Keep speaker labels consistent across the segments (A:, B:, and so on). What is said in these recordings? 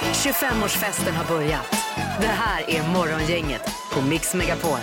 A: 25-årsfesten har börjat. Det här är Morgongänget på Mix Megapol.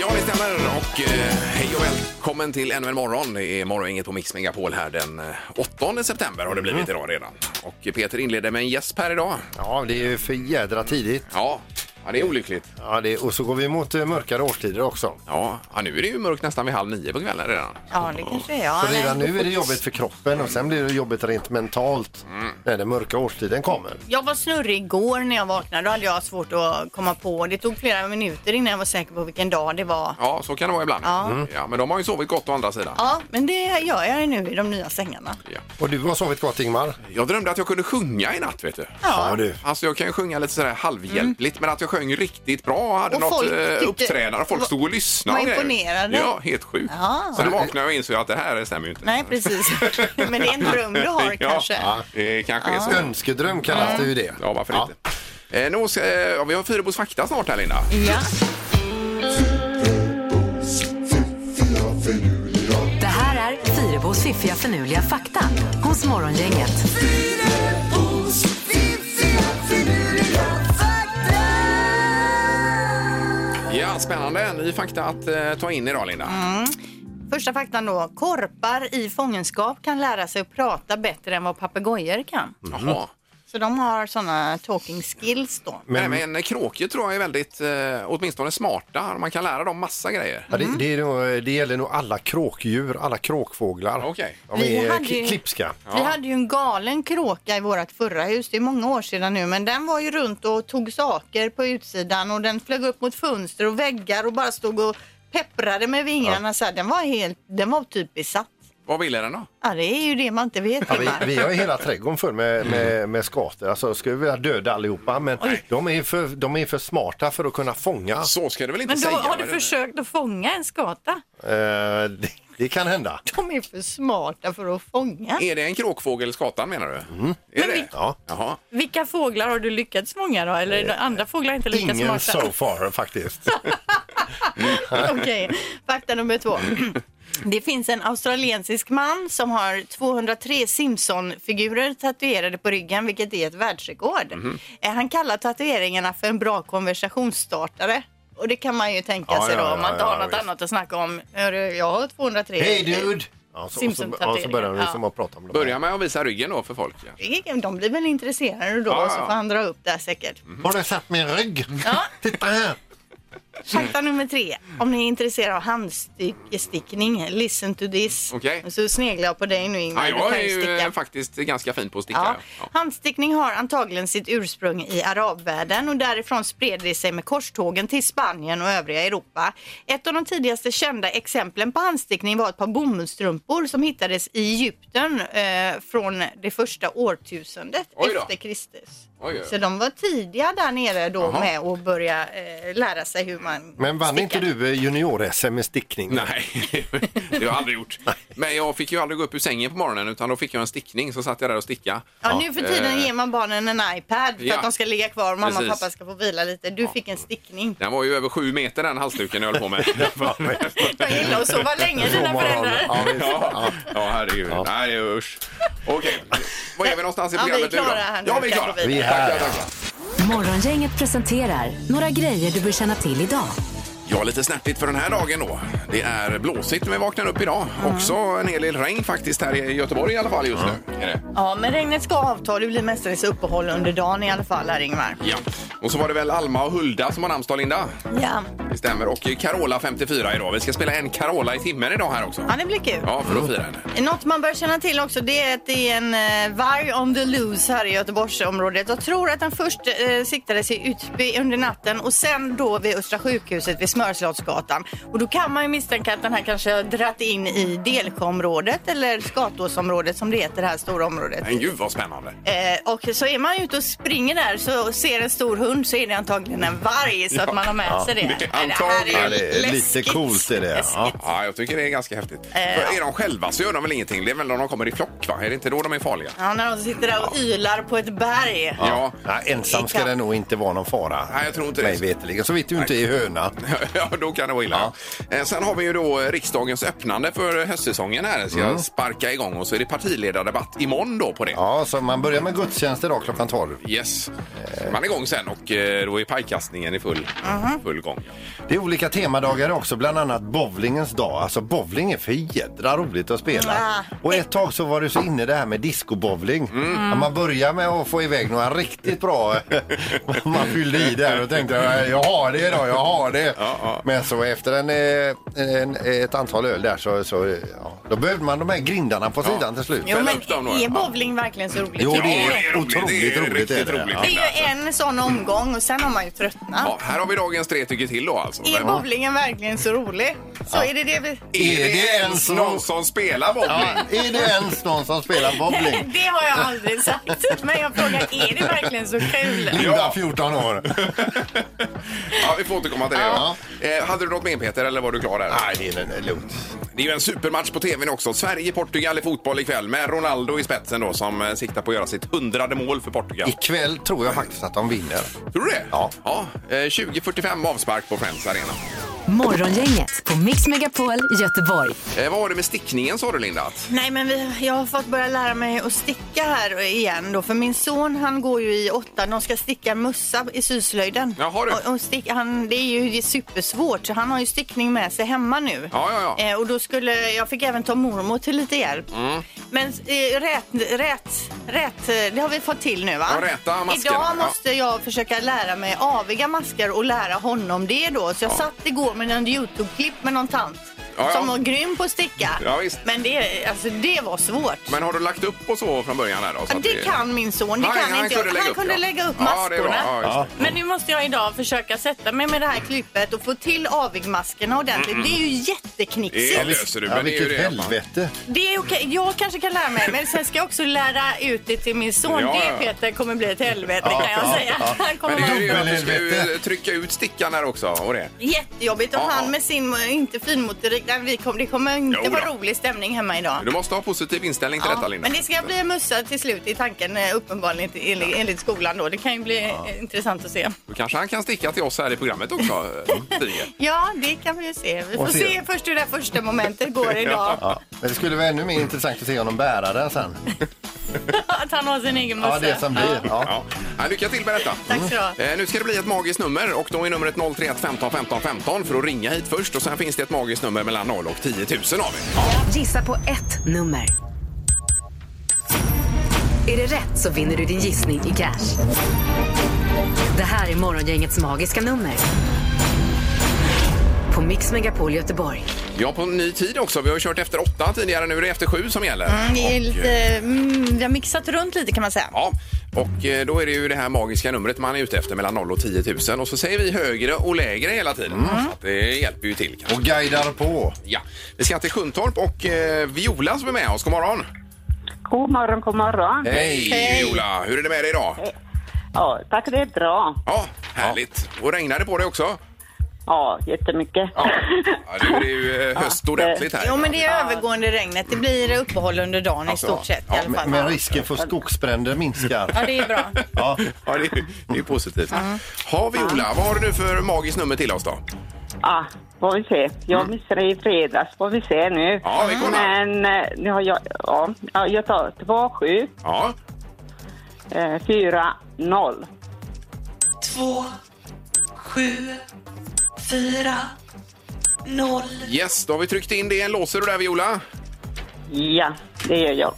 B: Ja, det stämmer. Och eh, hej och välkommen till ännu en morgon. Det är morgongänget på Mix Megapol här den eh, 8 september har det blivit idag redan. Och Peter inleder med en gäsp här idag.
C: Ja, det är ju för jädra tidigt.
B: Ja, ja det är olyckligt.
C: Ja, det, och så går vi mot eh, mörkare årstider också.
B: Ja, ja, nu är det ju mörkt nästan vid halv nio på kvällen redan.
D: Ja, det kanske är
C: Så
D: jag.
C: redan nu är det jobbigt för kroppen och sen blir det jobbigt rent mentalt när den mörka årstiden kommer.
D: Jag var snurrig igår när jag vaknade. Då hade jag svårt att komma på. Det tog flera minuter innan jag var säker på vilken dag det var.
B: Ja, så kan det vara ibland.
D: Ja.
B: ja men de har ju sovit gott å andra sidan.
D: Ja, men det gör jag nu i de nya sängarna.
B: Ja.
C: Och du har sovit gott Ingmar?
B: Jag drömde att jag kunde sjunga i natt, vet du.
D: Ja. Mm.
C: du.
B: Alltså jag kan ju sjunga lite sådär halvhjälpligt men att jag sjöng riktigt bra och hade
D: Och
B: något
D: folk
B: tyckte,
D: tyckte-
B: uppträdande och folk stod och lyssnade.
D: Var
B: och grejer.
D: imponerade.
B: Ja, helt sjukt.
D: Ja.
B: Så nu vaknade jag och insåg att det här stämmer ju inte.
D: Nej, precis. men det är en dröm du har
B: ja,
D: kanske.
B: Det kanske är så.
C: Önskedröm kallas det ju det.
B: Ja, varför inte? Eh, nu ska, eh, ja, vi har Fyrebos fakta snart här, Linda.
D: Ja.
A: Det här är Fyrebos fiffiga förnuliga fakta hos Morgongänget.
B: Ja, spännande. Ny fakta att eh, ta in idag, Linda.
D: Mm. Första faktan då. Korpar i fångenskap kan lära sig att prata bättre än vad papegojor kan.
B: Jaha.
D: Så de har sådana talking skills då.
B: Mm. Men, Nej, men kråkor tror jag är väldigt, eh, åtminstone smarta. Man kan lära dem massa grejer.
C: Ja, det, det, är nog, eh, det gäller nog alla kråkdjur, alla kråkfåglar.
B: Okej.
C: De
D: Vi
C: är
D: hade
C: k-
D: ju-
C: klipska.
D: Vi hade ju en galen kråka i vårt förra hus, det är många år sedan nu, men den var ju runt och tog saker på utsidan och den flög upp mot fönster och väggar och bara stod och pepprade med vingarna så här. Den var helt, den var typ besatt.
B: Vad ville den då?
D: Ja, det är ju det man inte vet.
C: Ja, vi,
D: Ingmar.
C: vi har ju hela trädgården full med,
B: Mm.
C: med, med skator. Alltså, skulle vi vilja döda allihopa, men de är, för, de är för smarta för att kunna fånga.
B: Så ska du väl inte
E: Men då
B: säga?
E: har du
B: men-
E: försökt att fånga en skata?
C: Eh, det, det kan hända.
D: De är för smarta för att fånga.
B: Är det en kråkfågel, skatan, menar du? Är det?
C: Ja.
B: Jaha.
E: Vilka fåglar har du lyckats fånga då? Eller är det andra fåglar inte lika
C: Eh, Ingen
E: smarta?
C: so far faktiskt.
D: Okej, fakta nummer två. Det finns en australiensisk man som har 203 Simpson-figurer tatuerade på ryggen, vilket är ett världsrekord.
B: Mhm.
D: Eh, Han kallar tatueringarna för en bra konversationsstartare. Och det kan man ju tänka
C: Ja,
D: sig då
C: ja,
D: om man
C: ja,
D: inte har
C: ja,
D: något
C: visst.
D: annat att snacka om. Hörru, Jag har Eh, 203.
C: Hey dude! Ja, så, och så, ja, så
E: Simpson-tatueringar.
C: börjar vi som
E: Ja.
C: att prata om det.
B: Börja med att visa ryggen då för folk. Ja.
D: De blir väl intresserade då,
B: Ja, ja.
D: så
B: Mm.
D: får han dra upp det här säkert.
C: Mm. Har du sett min rygg?
D: Ja.
C: Titta här!
D: Fakta nummer tre. Om ni är intresserade av handstickning, listen to this.
B: Okej.
D: Så sneglar jag på dig nu Ingmar.
B: Ja,
D: Du
B: jag
D: kan
B: är ju
D: sticka.
B: eh, faktiskt ganska fin på att sticka.
D: Ja.
B: Ja.
D: Handstickning har antagligen sitt ursprung i arabvärlden och därifrån spred det sig med korstågen till Spanien och övriga Europa. Ett av de tidigaste kända exemplen på handstickning var ett par bomullsstrumpor som hittades i Egypten eh, från det första årtusendet
B: Oj då.
D: efter Kristus.
B: Oj, oj.
D: Så de var tidiga där nere då
B: Jaha.
D: med att börja eh, lära sig hur man
C: Men vann
D: stickar.
C: inte du eh, junior-SM i stickning?
B: Nej, det har jag aldrig gjort. Men jag fick ju aldrig gå upp ur sängen på morgonen utan då fick jag en stickning så satt jag där och sticka.
D: Ja, nu för tiden
B: Eh.
D: ger man barnen en iPad för
B: Ja.
D: att de ska ligga kvar och mamma och
B: Precis.
D: pappa ska få vila lite. Du fick en stickning.
B: Den var ju över sju meter den halsduken jag höll på med.
D: Jag gillar att sova länge dina föräldrar.
C: Ja, visst.
B: ja, ja, herregud. Nej, usch. Okej, var är vi någonstans i
D: Ja, vi är
B: programmet nu då?
D: klara här nu.
B: Ja, vi är
D: Kan
B: klara.
D: gå vidare.
C: Vi är här.
B: Tackar, tackar.
A: Morgongänget presenterar några grejer du bör känna till idag.
B: Ja, lite snärtigt för den här dagen då. Det är blåsigt när vi vaknar upp idag. Också en hel del regn faktiskt här i Göteborg i alla fall just nu. Är det?
D: Mm. Ja, men regnet ska avta. Det blir mestadels uppehåll under dagen i alla fall här Ingmar.
B: Ja. Och så var det väl Alma och Hulda som har namnsdag, Linda?
D: Ja.
B: Det stämmer. Och Carola 54 idag. Vi ska spela en Carola i timmen idag här också.
D: ja, det blir kul.
B: Ja, för att fira henne.
D: Något man bör känna till också det är att det är en eh, varg on the loose här i Göteborgsområdet. Jag tror att den först eh, siktades i Utby under natten och sen då vid Östra sjukhuset vid Smörslottsgatan. Och då kan man ju misstänka att den här kanske har dratt in i Delsjöområdet eller Skatåsområdet som det heter det här stora området.
B: Men gud vad spännande.
D: Eh, och så är man ute och springer där så ser en stor hund hund så är det antagligen en varg så att man har med sig det.
B: det är
D: Men här
B: antagligen.
D: ju
B: Ja,
C: det är lite
D: läskigt.
C: coolt är det. Ja.
B: Ja, jag tycker det är ganska häftigt.
D: Eh,
B: För är de själva så gör de väl ingenting? Det är väl när de kommer i flock, va? Är det inte då de är farliga?
D: Ja, när de sitter där och ylar på ett berg.
B: Ja.
C: Nej, ensam ska det nog inte vara någon fara.
B: Nej, jag tror inte det.
C: Mig veterligen. Så vitt du inte är höna.
B: Ja, då kan det vara illa. Eh, Sen har vi ju då riksdagens öppnande för höstsäsongen här. Ska sparka igång och så är det partiledardebatt imorgon då på det.
C: Mm. Ja, så man börjar med gudstjänst idag klockan 12.
B: Yes. Man är igång sen och eh, då är pajkastningen i full,
D: Mhm.
B: full gång.
C: Det är olika temadagar också, bland annat bowlingens dag. Alltså bowling är för jädra roligt att spela.
D: Ah.
C: Och ett tag så var du så inne i det här med discobowling. Att man börjar med att få iväg några riktigt bra... man fyllde i där och tänkte jag har det idag, jag har det.
B: Ja, ja.
C: Men så efter en, eh, en, ett antal öl där så, så ja, då behövde man de här grindarna på sidan till slut.
D: Jo,
B: Ställ
D: men
B: upp dem då, ja.
D: är bowling verkligen så roligt?
C: Jo,
B: Ja,
C: det är
B: det är roligt.
C: otroligt
B: Det är
C: roligt.
B: riktigt
C: är det.
B: roligt.
C: Ja.
D: Det är ju en sån omgång och sen har man ju tröttnat.
B: Ja, här har vi dagens tre tycker till då alltså.
D: Är bowlingen verkligen så rolig? Så är det det vi...
B: är det ens någon som spelar bowling?
C: Ja, är det ens någon som spelar bowling?
D: Det har jag aldrig sagt. Men jag frågar, är det verkligen så kul?
C: Linda, 14 år.
B: Ja, vi får återkomma till det. då. Eh, hade du något mer Peter eller var du klar där?
C: Nej, det är- det är lugnt.
B: Det är ju en supermatch på tvn också. Sverige-Portugal i fotboll ikväll med Ronaldo i spetsen då som eh, siktar på att göra sitt hundrade mål för Portugal.
C: Ikväll tror jag faktiskt att de vinner.
B: Tror du det?
C: Ja.
B: ja eh, 20.45 avspark på Friends Arena.
A: Morgongänget på Mix Megapol i Göteborg.
B: Eh, vad var det med stickningen sa du Linda? Att-
D: Nej, men vi, jag har fått börja lära mig att sticka här igen då. För min son, han går ju i åtta. De ska sticka mössa i syslöjden.
B: Jaha, du.
D: Och, och stick, han, det är ju supersvårt, så han har ju stickning med sig hemma nu.
B: Ja, ja, Mm. ja.
D: Eh, och då skulle, jag fick även ta mormor till lite hjälp. Men eh, rät, rät, rät, eh, det har vi fått till nu va?
B: Ja, räta maskerna,
D: Idag
B: ja.
D: måste jag försöka lära mig aviga masker och lära honom det då. Så jag satt igår med en Youtube-klipp med någon tant.
B: Ja, ja.
D: Som var grym på att sticka.
B: Ja, visst.
D: Men det, alltså, det var svårt.
B: Men alltså, har du lagt upp och så från början här då? så
D: Ja,
B: att
D: det kan min son. Det
B: Nej,
D: kan inte jag.
B: kunde lägga
D: han
B: upp,
D: kunde
B: ja.
D: lägga upp
B: Ja, det är bra.
D: maskorna.
B: Ja, just det.
E: Men nu måste jag idag försöka sätta mig med det här.
D: Det här klippet och få till avigmaskerna ordentligt. Det är ju jätteknixigt.
B: Det löser du.
C: Ja,
B: men det är ju
C: vilket
B: det.
C: helvete.
D: Det är okej. Jag kanske kan lära mig, men sen ska jag också lära ut det till min son.
B: Ja, ja.
D: Det Peter kommer bli ett helvete kan jag säga. Han kommer
B: Men det
D: vara
B: är ju att du ska
C: Dubbelhelvete.
B: ju trycka ut stickan här också. Och det.
D: jättejobbigt och
B: Ja, ja.
D: han med sin eh, inte finmotorik, nej, vi kom, det kommer inte
B: Jo då.
D: vara rolig stämning hemma idag.
B: Du måste ha positiv inställning till
D: Ja,
B: detta Linda.
D: men det ska bli en mussa till slut i tanken eh, uppenbarligen enligt, enligt skolan då. Det kan ju bli eh, intressant att se.
B: Då kanske han kan sticka till oss här i programmet också. eh, Tiger.
D: Ja, det kan vi ju se. Vi får
C: se.
D: se. först hur det här första momentet går idag.
C: Ja. Men det skulle vara ännu mer intressant att se honom bära den sen.
E: Att han har sin egen mössa.
C: Ja, det som blir. Ja.
B: Ja. Ja, lycka till med detta.
D: Tack ska du ha.
B: Eh, nu ska det bli ett magiskt nummer och då är numret 031 15 15 15 för att ringa hit först och sen finns det ett magiskt nummer mellan 0 och 10 000 har vi. Ja.
A: Gissa på ett nummer. Är det rätt så vinner du din gissning i cash. Det här är Morgongängets magiska nummer. På Mix Megapol Göteborg.
B: ja, på ny tid också. Vi har ju kört efter åtta tidigare. Nu är det efter sju som gäller.
D: Mm, Det är
B: Och,
D: lite,
B: eh,
D: mm, vi har mixat runt lite kan man säga.
B: Ja, och eh, då är det ju det här magiska numret man är ute efter mellan 0 och 10 000 och så säger vi högre och lägre hela tiden.
D: Mm.
B: Så att det hjälper ju till kanske.
C: Och guidar på.
B: Ja, vi ska till Sjuntorp och eh, Viola som är med oss. God morgon!
F: God morgon, god morgon.
B: Hej, Eh.
D: Hej.
B: Viola! Hur är det med dig idag?
F: Ja, tack, det är bra.
B: Ja, härligt. Och regnar det på dig också?
F: Ja, jättemycket.
B: Ja, ja det är ju eh, höst ordentligt här.
D: Jo, men det är övergående regnet. Det blir uppehåll under dagen i
B: Alltså,
D: stort sett
B: ja,
D: i alla fall.
C: Men risken för skogsbränder
E: Ja,
C: minskar.
E: det är bra.
C: Ja.
B: Ja, det är, det är ju positivt. Ha Viola, vad har du nu för magiskt nummer till oss då?
F: Ja, får vi se. Jag missade i fredags, får vi se nu.
B: Mm. Ja, vi kollar.
F: Men eh, nu har jag... Ja, ja, jag tar 27
B: Ja,
F: eh, 4 0.
G: två, sju, fyra, noll.
B: yes, då har vi tryckt in det. Låser du där Viola?
F: Ja, det gör jag.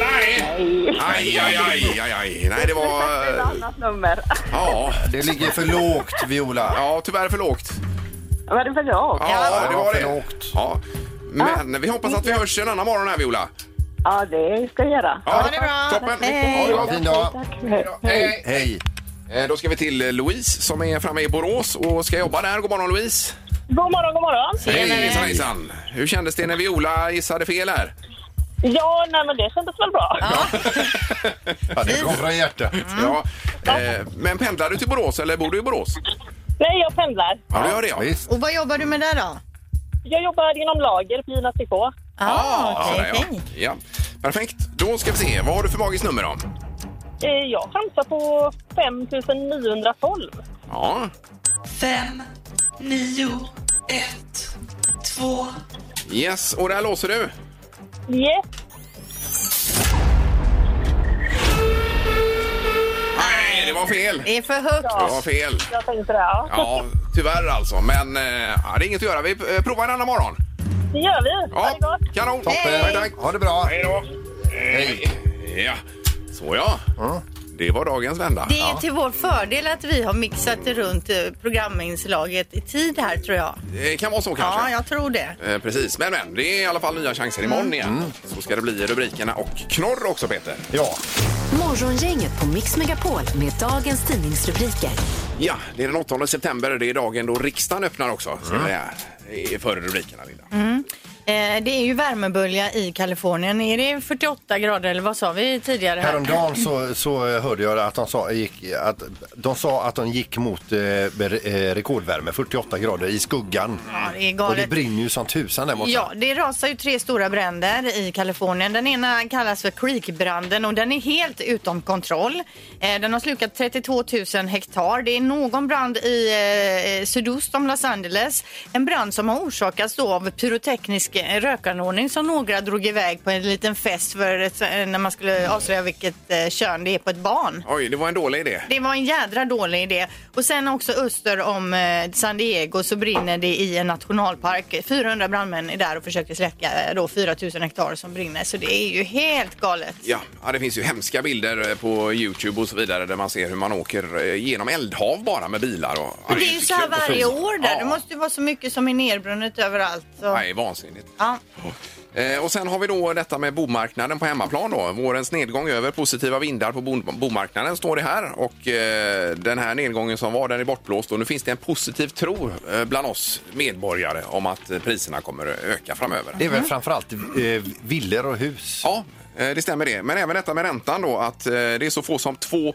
B: Nej! Aj,
F: Nej.
B: aj, aj, aj, aj. Nej, det var...
F: Ett annat nummer.
B: Ja,
C: Det ligger för lågt, Viola.
B: ja tyvärr för lågt.
F: Vad är det för dag? Ja.
B: Ja, det var
C: för
B: det.
C: lågt.
B: Ja. Men vi hoppas att vi hörs en annan morgon här Viola.
F: det ska jag göra.
B: Ja,
D: det är bra.
B: Toppen.
D: Hej.
B: Ha det
C: Ha
B: bra.
C: en fin dag.
F: Tack. Hej.
B: Hej,
F: Hej.
B: hej.
C: Hej.
B: Eh, Då ska vi till eh, Louise som är framme i Borås och ska jobba där. God morgon Louise!
H: God morgon, god morgon.
B: Hej, hejsan, hejsan! Hur kändes det när Viola gissade fel här?
F: Ja, nej men det kändes väl bra.
C: Ja, det kom från hjärtat.
D: Mm.
B: Ja. Eh, men pendlar du till Borås eller bor du i Borås?
F: Nej, jag pendlar.
B: Ja, du gör det ja.
C: Visst.
D: Och vad jobbar du med där då?
F: Jag jobbar inom lager på Gina Tricot.
B: Ah,
E: okej,
B: sådär, ja.
E: okej.
B: ja. Perfekt. Då ska vi se. Vad har du för magiskt nummer då?
F: Eh, Jag chansar på 5912.
B: Ja,
G: fem, nio, ett, två,
B: yes. Och där låser du.
F: Yes.
B: Nej, det var fel.
D: Det är för högt.
B: Det var fel.
F: Jag tänkte det. Ja.
B: Ja, tyvärr alltså. Men eh, ja, det är inget att göra. Vi eh, provar en annan morgon.
F: Det gör vi. Ha det
B: Ja,
F: gott.
B: kanon.
D: Hej.
B: Tack, tack.
C: Ha det bra.
B: Hej då. Hej. Ja, så ja. Det var dagens vända.
D: Det är till vår fördel att vi har mixat runt eh, programinslaget i tid här tror jag.
B: Det kan vara så kanske.
D: Ja, jag tror det.
B: Eh, precis, men men det är i alla fall nya chanser imorgon igen. Så ska det bli i rubrikerna och knorr också Peter.
C: Ja.
A: Morgongänget på Mix Megapol med dagens tidningsrubriker.
B: Ja, det är den 8 september. Det är dagen då riksdagen öppnar också. Så det är- det är före rubrikerna Linda.
D: Eh, Det är ju värmebölja i Kalifornien. Är det 48 grader eller vad sa vi tidigare? Här?
C: Häromdagen så, så hörde jag att de sa, gick, att, de sa att de gick mot eh, ber- eh, rekordvärme, 48 grader i skuggan.
D: Ja, det är
C: Och det
D: galet.
C: brinner ju som tusan där borta.
D: Ja, det rasar ju tre stora bränder i Kalifornien. Den ena kallas för Creekbranden och den är helt utom kontroll. Eh, Den har slukat 32 000 hektar. Det är någon brand i eh, eh, sydost om Los Angeles. En brand som har orsakats då av pyroteknisk eh, rökanordning som några drog iväg på en liten fest för ett, eh, när man skulle avslöja vilket eh, kön det är på ett barn.
B: Oj, det var en dålig idé.
D: Det var en jädra dålig idé. Och sen också öster om eh, San Diego så brinner det i en nationalpark. 400 brandmän är där och försöker släcka eh, då 4000 hektar som brinner. Så det är ju helt galet.
B: Ja, ja, det finns ju hemska bilder eh, på Youtube och så vidare där man ser hur man åker eh, genom eldhav bara med bilar. Och, Ja,
D: Men det är ju
B: inte
D: så här
B: klokt.
D: varje år där.
B: Ja,
D: Det måste ju vara så mycket som är nedbrunnet överallt. Så.
B: Nej, vansinnigt.
D: Ja.
B: Eh, Och sen har vi då detta med bomarknaden på hemmaplan då. Vårens nedgång över positiva vindar på bo- bomarknaden står det här. Och eh, den här nedgången som var den är bortblåst och nu finns det en positiv tro eh, bland oss medborgare om att eh, priserna kommer att öka framöver.
C: Det är väl framförallt eh, villor och hus.
B: Ja, eh, det stämmer det. Men även detta med räntan då, att eh, det är så få som 2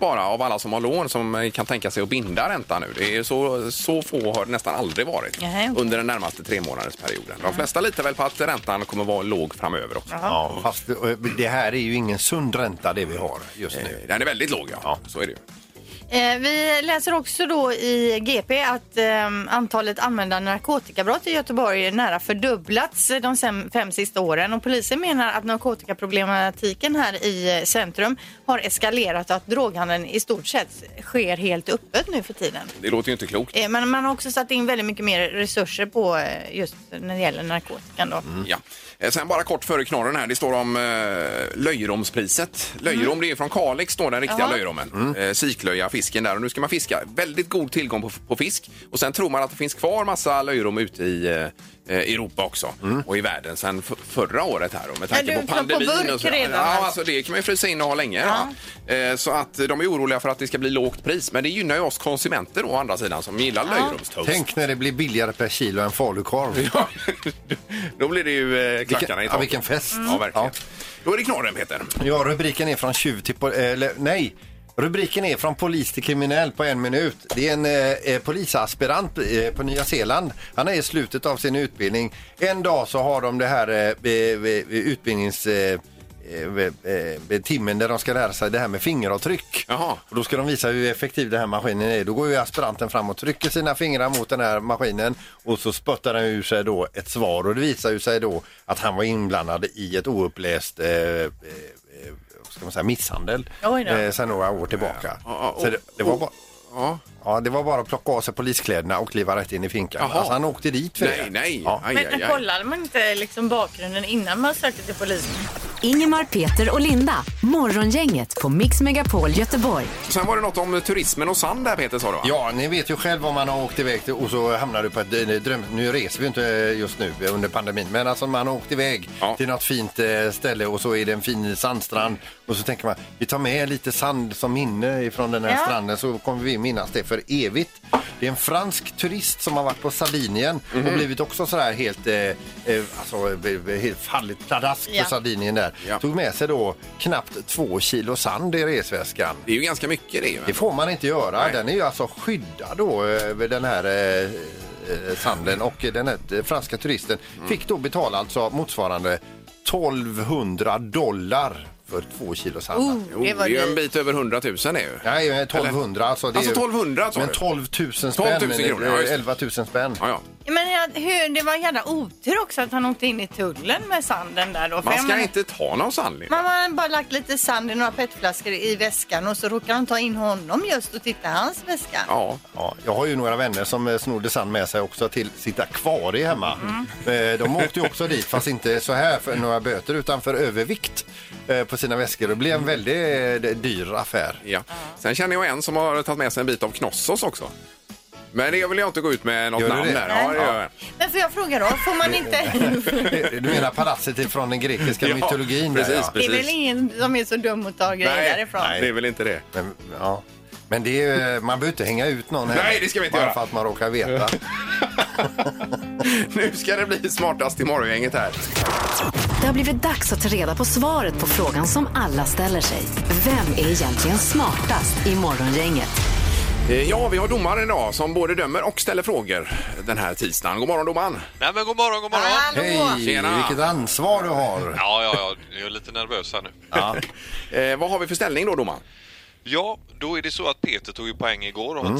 B: bara av alla som har lån som eh, kan tänka sig att binda räntan nu. Det är så, så få har det nästan aldrig varit
D: Nej.
B: under den närmaste tre månadersperioden. De flesta litar väl på att räntan kommer vara låg framöver också.
C: Ja, Fast eh, det här är ju ingen sund ränta det vi har just nu.
B: Eh, Den är väldigt låg, ja.
C: Ja.
B: Så är det ju.
D: Eh, vi läser också då i GP att ehm, antalet anmälda narkotikabrott i Göteborg är nära fördubblats de sem- fem sista åren och polisen menar att narkotikaproblematiken här i eh, centrum har eskalerat och att droghandeln i stort sett sker helt öppet nu för tiden.
B: Det låter ju inte klokt.
D: Eh, men man har också satt in väldigt mycket mer resurser på eh, just när det gäller narkotikan då.
B: Ja. Eh, Sen bara kort före knorren här, det står om eh, löjromspriset. Löjrom, det är från Kalix då, den riktiga
D: Mm. Jaha. Mm.
B: löjromen. Eh, siklöja, fisken där. Och nu ska man fiska. Väldigt god tillgång på, på fisk. Och sen tror man att det finns kvar massa löjrom ute i eh, eh, Europa också och i världen sen f- förra året här då, med tanke
D: Mm. Ja, du
B: på
D: plockar på
B: pandemin.
D: burk
B: och så.
D: redan,
B: ja,
D: alltså.
B: alltså det kan man ju frysa in och ha länge. va? Eh, så att eh, de är oroliga för att det ska bli lågt pris. Men det gynnar ju oss konsumenter då, å andra sidan, som gillar löjromstoast.
C: Tänk när det blir billigare per kilo än falukorv.
B: Ja, då blir det ju eh, klackarna
C: Vilken,
B: i
C: ja,
B: taket.
C: vilken fest.
B: Mm. Ja, verkligen.
C: Ja.
B: Då är det knorren, Peter.
C: Ja, rubriken är från tjuv till... pol- Eller, nej. Rubriken är från polis till kriminell på en minut. Det är en eh, eh, polisaspirant eh, på Nya Zeeland. Han är i slutet av sin utbildning. En dag så har de det här eh, eh, eh, utbildnings... Eh, eh, eh, timmen där de ska lära sig det här med fingeravtryck.
B: Jaha.
C: Och då ska de visa hur effektiv den här maskinen är. Då går ju aspiranten fram och trycker sina fingrar mot den här maskinen och så spottar den ur sig då ett svar och det visar ju sig då att han var inblandad i ett ouppläst eh, eh, eh, vad ska man säga, misshandel
D: Oj då.
C: eh, sen några år tillbaka.
B: Ja, och-
C: Så det, det, var
B: och-
C: bara,
B: Ja.
C: ja, det var bara att plocka av sig poliskläderna och kliva rätt in i finkan.
B: Jaha.
C: Alltså, han åkte dit för
B: Nej,
C: det.
B: nej.
C: Ja.
B: Aj,
E: Men
B: aj, aj.
E: kollade man inte liksom bakgrunden innan man sökte till polisen?
A: Ingemar, Peter och Linda. Morgongänget på Mix Megapol Göteborg.
B: Sen var det något om turismen och sand där, Peter, sa du va?
C: Ja, ni vet ju själv om man har åkt iväg till, och så hamnar du på ett eh, dröm... Nu reser vi ju inte eh, just nu eh, under pandemin, men alltså man har åkt iväg
B: Ja.
C: till något fint eh, ställe och så är det en fin sandstrand och så tänker man vi tar med lite sand som minne ifrån den här
D: Ja.
C: stranden så kommer vi minnas det för för evigt. Det är en fransk turist som har varit på Sardinien
B: Mhm.
C: och blivit också så här helt, eh, eh, alltså, b- b- helt fallit pladask
D: Ja.
C: på Sardinien där.
B: Ja.
C: Tog med sig då knappt två kilo sand i resväskan.
B: Det är ju ganska mycket det.
C: Det
B: va?
C: får man inte göra.
B: Nej.
C: Den är ju alltså skyddad då över den här eh, eh, sanden och den här eh, franska turisten
B: Mm.
C: fick då betala alltså motsvarande 1200 dollar för två kilo sand.
B: Jo, Oh, det,
D: Oh, det var
B: är ju en
D: dyrt.
B: bit över 100 000 det är ju.
C: Nej, men 1200 alltså. Det är
B: Alltså 1200 sa
C: ju, Men
B: du?
C: 12 000 spänn.
B: 12 000 kronor, ja, just det.
C: 11 000 spänn.
B: Ja, ja.
D: Men jag, hur, det var en jävla otur också att han åkte in i tullen med sanden där då. För
B: Man
D: jag
B: ska
D: menar,
B: inte ta någon sanning.
D: Man har bara lagt lite sand i några petflaskor i väskan och så råkar de ta in honom just och titta i hans väska.
B: Ja.
C: Ja, jag har ju några vänner som eh, snodde sand med sig också till sitt akvarie hemma.
B: Mm.
C: Eh, De åkte ju också dit, fast inte så här för några böter utan för övervikt eh, på sina väskor. Det blev en väldigt eh, dyr affär.
B: Ja. Sen känner jag en som har tagit med sig en bit av Knossos också. Men det vill jag inte gå ut med något
C: Gör du
B: namn
C: det?
B: där. Ja, det gör jag.
D: Men får jag fråga då, får man inte...
C: Du menar palatset från den grekiska
B: Ja,
C: mytologin?
B: precis,
C: Där, ja.
D: Det är väl ingen som är så dum att ta grejer därifrån?
B: nej, det är väl inte det.
C: Men, ja. Men det är, ju- man behöver inte hänga ut någon här.
B: Nej, det ska vi inte
C: bara
B: göra.
C: för att man råkar veta.
B: Nu ska det bli smartast i morgongänget här.
A: Det har blivit dags att ta reda på svaret på frågan som alla ställer sig. Vem är egentligen smartast i morgongänget?
B: Eh, Ja, vi har domaren idag som både dömer och ställer frågor den här tisdagen. God morgon domaren!
H: Nej men god morgon, god morgon.
D: Hallå!
C: Hej,
B: Tjena.
C: vilket ansvar du har.
H: Ja, ja, ja, jag är lite nervös här nu.
C: Ja.
B: Eh, vad har vi för ställning då domaren?
H: Ja, då är det så att Peter tog ju poäng igår och
C: Mm.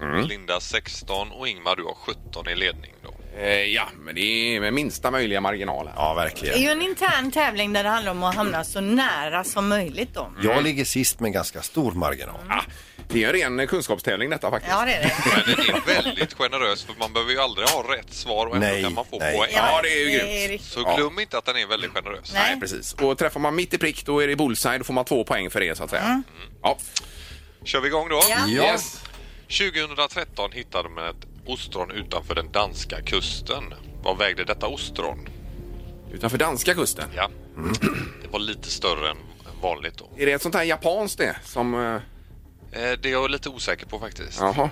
H: har 10. Linda 16 och Ingmar du har 17 i ledning då.
B: Eh, ja, men det är med minsta möjliga marginal. Här.
C: ja,
D: Det är
C: verkligen.
D: ju en intern tävling där det handlar om att hamna så nära som möjligt då.
B: Mm.
C: Jag ligger sist med ganska stor marginal.
B: Ah, det är en ren kunskapstävling detta faktiskt.
D: Ja, det är det.
H: Men det är väldigt generöst för man behöver ju aldrig ha rätt svar och ändå
C: Nej,
H: kan man få
C: nej.
H: poäng.
B: Ja, det är ju
D: det är
B: grymt.
D: riktigt.
H: Så
B: Ja.
H: glöm inte att den är väldigt generös.
D: Nej.
B: Nej, precis. Och träffar man mitt i prick då är det bullseye. Då får man två poäng för det så att säga.
D: Mm.
B: Ja.
H: Kör vi igång då?
D: Ja.
C: Ja.
B: Yes.
H: 2013 hittade man ett ostron utanför den danska kusten. Vad vägde detta ostron?
B: Utanför danska kusten.
H: Ja,
C: Mm.
H: det var lite större än vanligt då.
B: Är det ett sånt här japanskt det? Som... eh,
H: Eh, Det är jag lite osäker på faktiskt.
B: Jaha.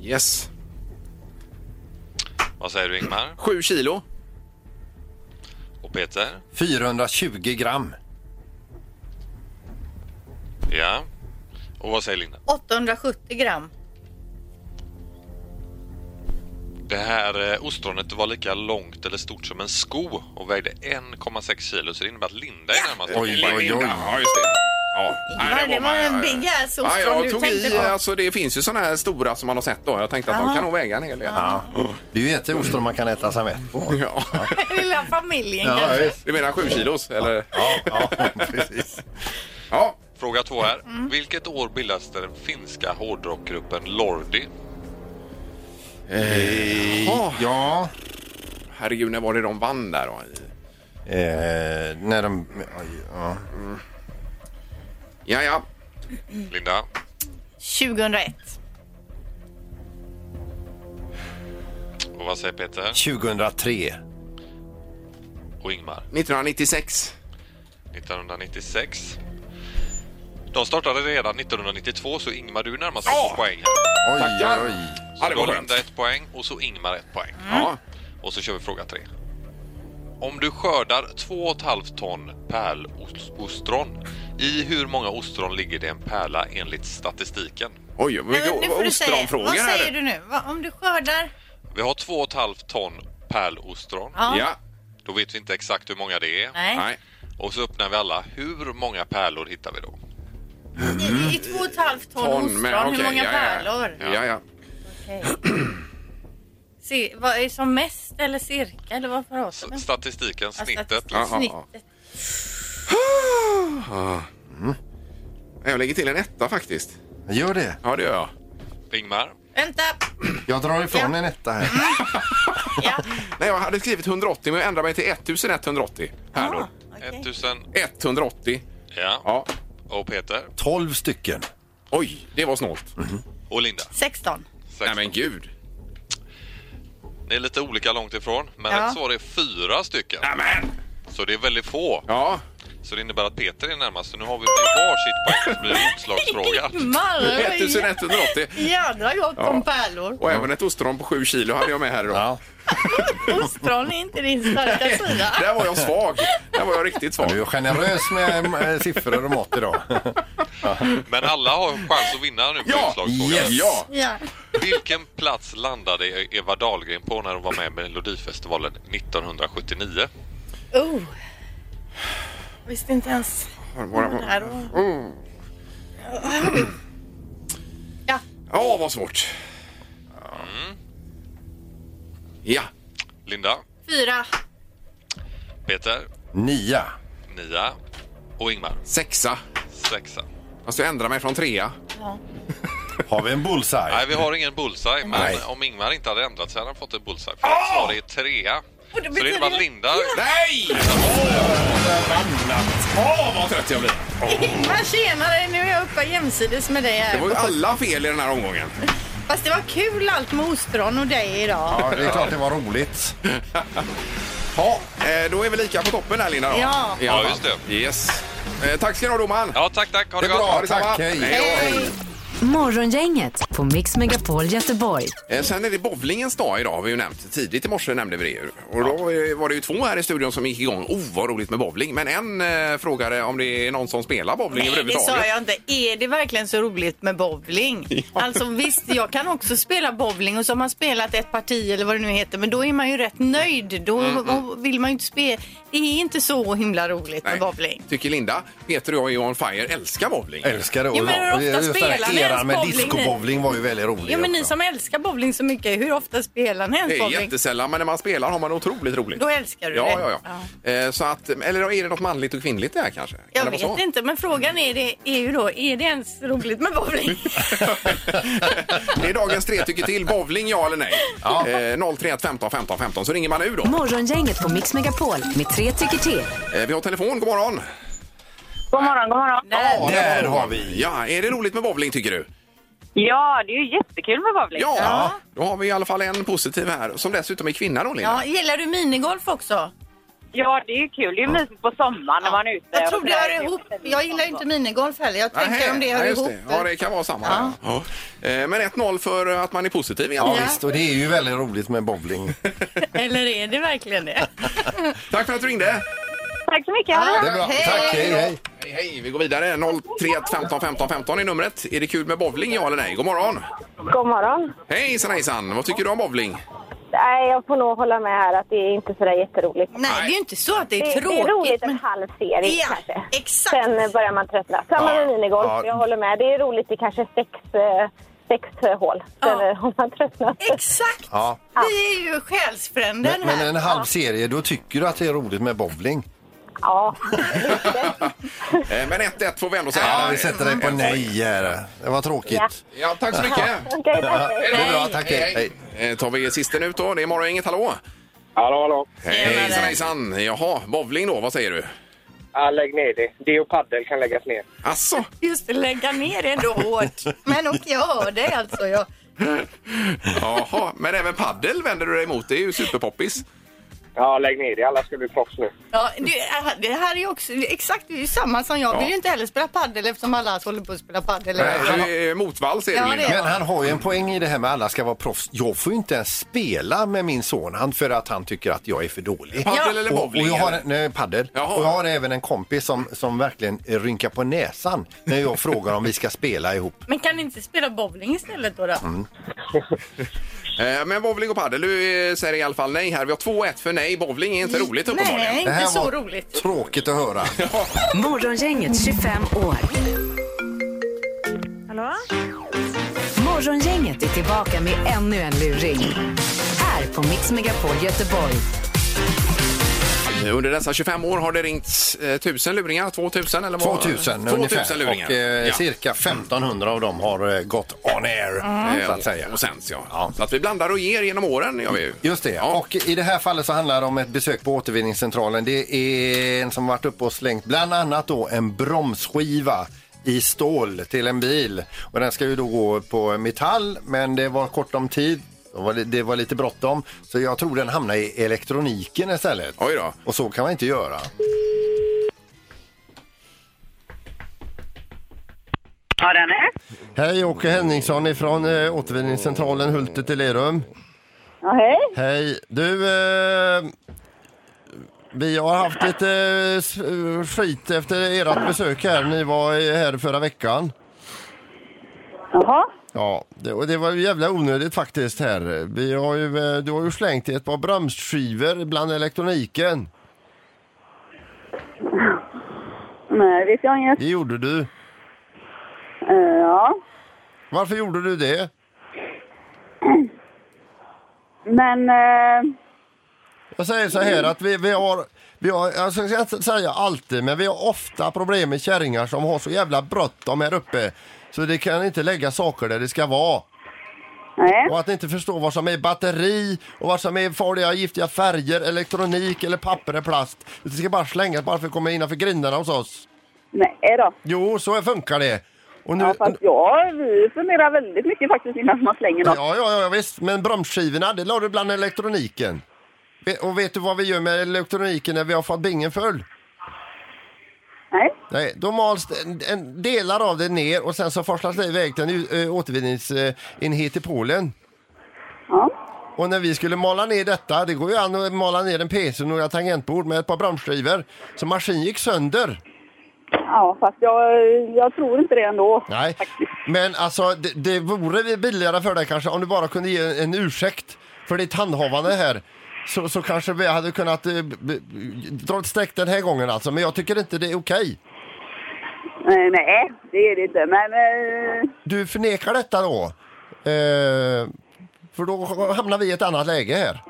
B: Yes.
H: Vad säger du Ingmar
B: Sju kilo.
H: och Peter?
C: 420 gram.
H: Ja. Och vad säger Linda?
D: 870 gram.
H: Det här eh, ostronet var lika långt eller stort som en sko och vägde 1,6 kilo så det innebär att Linda är närmast.
C: Oj, oj, oj.
B: Ja, just det. Ja.
D: Ja, det var en big ass
B: Ja,
D: ostron
B: jag
D: du
B: tog
D: tänkte
B: i,
D: på.
B: alltså det finns ju såna här stora som man har sett då. Jag tänkte att de
D: Aha.
B: kan nog väga en hel del.
C: Det är ju ett ostron man kan äta sig mätt på.
B: Ja.
D: Lilla familjen
C: Ja,
D: kanske.
C: visst.
B: Du menar sju kilos eller?
C: ja, ja, precis.
B: Ja.
H: Fråga två här. Vilket år bildades den finska hårdrockgruppen Lordi?
B: Jaha.
C: Ja,
B: Herregud, när var det de vann där då? I-
C: eh, när de... oj, Ja.
B: Ja, ja.
H: Linda?
D: 2001.
H: Och vad säger Peter?
C: 2003.
H: Och Ingmar?
B: 1996.
H: 1996. De startade redan 1992 så Ingmar du är närmast
B: Ja.
H: på poäng.
C: Oj,
B: Tackar.
C: oj.
B: Ja,
H: Så
B: det
H: då
B: var
H: har
B: skönt.
H: Linda ett poäng och så Ingmar ett poäng.
B: Ja.
H: Och så kör vi fråga tre. Om du skördar 2,5 ton pärlostron, i hur många ostron ligger det en pärla enligt statistiken?
B: Oj, vad
D: Nej,
B: mycket
D: men nu får du säga-
B: ostronfrågor
D: Vad
B: här
D: säger du nu? Va- Om du skördar?
H: Vi har 2,5 ton pärlostron.
D: Ja.
B: Ja.
H: Då vet vi inte exakt hur många det är.
D: Nej.
B: Nej.
H: Och så öppnar vi alla. Hur många pärlor hittar vi då?
D: I, I två och ett halvt ton, ostron,
B: men Mm. okej,
D: hur många
B: ja,
D: pärlor?
B: Ja, ja. ja.
D: Se, vad är som mest eller cirka? Eller vad pratar vi
H: S-
D: om?
H: Statistiken,
D: Ja,
H: snittet.
D: statistik-
B: Ja, ja, liksom. ja.
D: Snittet.
B: Jag lägger till en etta faktiskt.
C: Gör det.
B: Ja, det gör jag.
H: Ingmar?
D: Vänta!
C: Jag drar ifrån en etta här.
D: Ja.
B: Nej, jag hade skrivit 180 men jag ändrade mig till 1180 här då.
D: Ah, okej.
H: 1000.
B: 180.
H: Ja.
B: Ja.
H: Och Peter?
C: 12 stycken.
B: Oj, det var snålt.
H: Och Linda?
D: 16.
B: Nej
H: Sex.
B: men gud.
H: Ni är lite olika långt ifrån, men
D: Ja.
H: rätt svar är fyra stycken.
B: Nej men!
H: Så det är väldigt få.
B: Ja,
H: Så det innebär att Peter är närmast. Så nu har vi det är varsitt poäng så blir det utslagsfråga.
D: Malmö!
B: 1180.
D: Jädra gott om pärlor.
B: Och även ett ostron på 7 kilo hade jag med här idag.
C: Ja.
D: Ostron är inte din starka sida.
B: Där var jag svag. Där var jag riktigt svag.
C: Du är generös med eh, siffror och mått idag.
H: Men alla har en chans att vinna nu på
B: Ja!
H: utslagsfrågan.
C: Yes.
B: Ja!
D: Ja.
H: Vilken plats landade Eva Dahlgren på när hon var med i Melodifestivalen 1979?
D: Oh. Visste inte ens
B: Ja,
D: här. och-
B: Oh.
D: Ja,
B: vad svårt. Ja.
H: Linda,
D: fyra.
H: Peter,
C: Nia.
H: Nia och Ingmar,
B: Sexa.
H: sexa.
B: Alltså jag ändrar mig från trea.
C: Har vi en bullseye?
H: Nej, vi har ingen bullseye, men
C: Nej.
H: om Ingmar inte hade ändrat sig hade han fått en bullseye. För hans svar är trea. Så det innebär att Linda...
B: Nej! Åh, vad trött jag blir.
D: Men tjenare, nu är jag uppe jämsides med dig
B: Det var ju
D: här.
B: alla fel i den här omgången.
D: Fast det var kul allt med ostron och dig idag.
C: Ja, det är klart det var roligt.
B: Ja, eh, då är vi lika på toppen här Linda. då.
D: Ja.
B: I alla
H: Ja,
B: fall.
H: just
B: Yes. Eh, Tack ska ni ha domaren.
H: Ja, tack, tack. Ha det,
C: Det är
H: gott.
C: bra,
B: detsamma.
C: tack. Hej.
B: Hej.
A: Morgongänget på Mix Megapol Göteborg.
B: Eh, Sen är det bowlingens dag idag har vi ju nämnt. Tidigt i morse nämnde vi det ju. Och då eh, var det ju två här i studion som gick igång. Oh, vad roligt med bowling. Men en eh, frågade om det är någon som spelar bowling
D: Nej, det
B: överhuvudtaget.
D: sa jag inte. Är det verkligen så roligt med bowling? Alltså visst, jag kan också spela bowling och så har man spelat ett parti eller vad det nu heter, men då är man ju rätt nöjd. Då
B: Mm,
D: vill man ju inte spela. Det är inte så himla roligt
B: Nej,
D: med bowling.
B: Tycker Linda. Peter och jag är ju on fire. Älskar bowling.
C: Älskar det.
E: Ja, men hur
C: Och
E: ofta
C: just den här
E: spelar ni ens
C: eran med
E: bowling?
C: discobowling var ju väldigt rolig.
E: Ja, men ni
C: också.
E: som älskar bowling så mycket, hur ofta spelar ni
B: Det
E: ens
B: är
E: bowling?
B: jättesällan, men när man spelar har man otroligt roligt.
D: Då älskar du
B: ja,
D: det.
B: Ja, ja, Eh, Så att, eller är det något manligt och kvinnligt det här kanske? Kan
D: Jag
B: det vara så?
D: vet inte, men frågan är, det, är ju då, är det ens roligt med bowling?
B: det är dagens tre tycker till. Bowling, ja eller nej? Ja. Eh, 031 15 15 15 så ringer man nu då.
A: Morgongänget på Mix Megapol med tre tycker till.
B: Eh, vi har telefon, god morgon.
F: God morgon, god morgon.
B: Ja,
C: Där
B: var
C: har vi.
B: Ja, är det roligt med bowling tycker du?
F: Ja, det är ju jättekul med bowling.
B: Ja. Då har vi i alla fall en positiv här som dessutom är kvinna då Linda.
D: Ja, gillar du minigolf också?
F: Ja, det är ju kul. Det är ju mysigt på sommaren när man är ute.
D: Jag
F: och
D: tror det
F: sådär.
D: hör ihop. Jag gillar ju inte minigolf heller. Jag
B: Nähä,
D: tänker om det hör
B: ja, just
D: ihop.
B: Det. Ja, det kan vara samma. Ja. Eh, Men 1-0 för att man är positiv i alla
C: Ja,
B: fall.
C: visst, och det är ju väldigt roligt med bowling.
E: Eller är det verkligen det?
B: Tack för att du ringde.
F: Tack så mycket. Ha det
C: Det är bra.
D: Hej.
C: Tack, hej, hej.
B: Hej, hej, vi går vidare. 031 15 15 15 är numret. Är det kul med bowling, ja eller nej? God morgon!
F: bra. God morgon.
B: Hejsan hejsan! Vad tycker du om bowling? Eh,
I: Nej, jag får nog hålla med här att det är inte så där jätteroligt.
D: Nej, det är ju inte så att Mm,
I: Det,
D: det är
I: det
D: tråkigt.
I: är roligt
D: men-
I: en halv serie
D: Ja,
I: kanske.
D: exakt.
I: Sen eh, börjar man tröttna. Samma
B: Ja,
I: med minigolf,
C: ja.
I: jag håller med. Det är roligt i kanske sex, eh, sex eh, hål. Sen
D: Ja.
I: eh, har man tröttnat.
D: Exakt!
C: Ja.
D: Vi är ju själsfränden
C: Men, men
D: här.
C: en halv serie, då tycker du att det är roligt med bowling?
I: Ja.
B: Eh, Men 1-1 får vi ändå säga.
C: Ja, vi sätter dig på nej här. Det var
I: Ja.
C: tråkigt.
B: Ja, tack så mycket!
I: Okej, tack.
C: Det är bra, tack. Hej.
B: Hej.
C: hej.
B: Eh, tar vi sisten ut då. Det är morgon, inget hallå?
J: Hallå, hallå.
B: Hejsan hejsan! Jaha, bowling då, vad säger du?
J: Ja, Ah, lägg ner det. Det och paddel kan läggas ner.
B: Asså?
E: Just det, lägga ner det ändå hårt.
D: Men okej, jag hör dig alltså. Jag...
B: Jaha, men även paddel vänder du dig emot. Det är ju superpoppis.
J: Ja, lägg ner det. Alla ska bli proffs nu.
D: Ja, det, är- det här är ju också exakt det är ju samma som jag.
B: Ja.
D: Vill ju inte heller spela paddel eftersom alla håller på att spela paddel.
B: Du är motvalls är
D: Ja,
B: du liksom?
D: det
B: Linda.
D: är jag.
C: Men han har ju en poäng i det här med alla ska vara proffs. Jag får ju inte ens spela med min son han för att han tycker att jag är för dålig.
B: Paddel eller
C: Och, och
B: bowling?
C: jag har,
B: eller?
C: en- nej, paddel.
B: Jaha.
C: Och jag har även en kompis som, som verkligen eh, rynkar på näsan när jag frågar om vi ska spela ihop.
E: Men kan ni inte spela bowling istället då? då?
C: Mm.
B: Eh, Men bowling och paddel, du eh, säger i alla fall nej här. Vi har 2-1 för nej. Bowling är inte roligt uppenbarligen.
E: Nej,
C: Det här
E: inte så
C: var-
E: roligt.
C: Tråkigt att höra.
A: Morgongänget 25 år.
E: Hallå?
A: Morgongänget är tillbaka med ännu en luring. Här på Mix Megapol Göteborg.
B: Eh, Under dessa 25 år har det ringts eh, 1000 luringar, 2000 eller vad?
C: 2000
B: 2000
C: ungefär.
B: luringar.
C: Och eh,
B: ja.
C: cirka 1500 av dem har eh, gått on air,
B: Mm.
C: så att säga.
B: Eh, Och sänds ja. Så att vi blandar och ger genom åren gör vi ju.
C: Just det. Och i det här fallet så handlar det om ett besök på återvinningscentralen. Det är en som varit uppe och slängt bland annat då en bromsskiva i stål till en bil. Och den ska ju då gå på metall, men det var kort om tid. Det var, li- det var lite bråttom, så jag tror den hamnade i elektroniken istället.
B: Oj då.
C: Och så kan man inte göra.
K: Ja, den är.
C: Hej, Åke Henningsson ifrån eh, återvinningscentralen Hultet i Lerum.
K: Ja, hej.
C: Hej. Du, eh, vi har haft lite eh, s- eh, skit efter ert besök här. Ni var eh, här förra veckan.
K: Jaha.
C: Ja, det, och det var ju jävla onödigt faktiskt här. Vi har ju, eh, du har ju slängt ett par bromsskivor bland elektroniken.
K: Nej, vet jag inget.
C: Det gjorde du.
K: Eh, ja.
C: Varför gjorde du det?
K: Men... eh,
C: Jag säger så här att vi, vi har, vi har, jag ska inte säga alltid, men vi har ofta problem med kärringar som har så jävla bråttom här uppe. Så det kan inte lägga saker där det ska vara. Och att ni inte förstår vad som är batteri och vad som är farliga giftiga färger, elektronik eller papper eller plast. Det ska bara slängas bara för att komma innanför grindarna hos oss.
K: Nej då.
C: Jo, så funkar det. Och nu,
K: ja, fast ja, vi funderar väldigt mycket faktiskt innan man slänger
C: Ja,
K: något.
C: ja, ja, visst. Men bromsskivorna, det la du bland elektroniken. Ve- Och vet du vad vi gör med elektroniken när vi har fått bingen full?
K: Nej.
C: Nej, då mals det- en, en delar av det ner och sen så forslas det iväg till en u- eh, återvinningsenhet i Polen. Och när vi skulle mala ner detta, det går ju an att mala ner en PC och några tangentbord med ett par bromsskivor. Så maskinen gick sönder.
K: Ja, fast jag, jag tror inte det ändå.
C: Nej, men alltså det, det vore billigare för dig kanske om du bara kunde ge en ursäkt för ditt handhavande här. Så, så kanske vi hade kunnat eh, b- b- dra ett streck den här gången alltså, men jag tycker inte det är okej.
K: Eh, nej, det är det inte. Men... eh,
C: Du förnekar detta då? Eh, för då hamnar vi i ett annat läge här.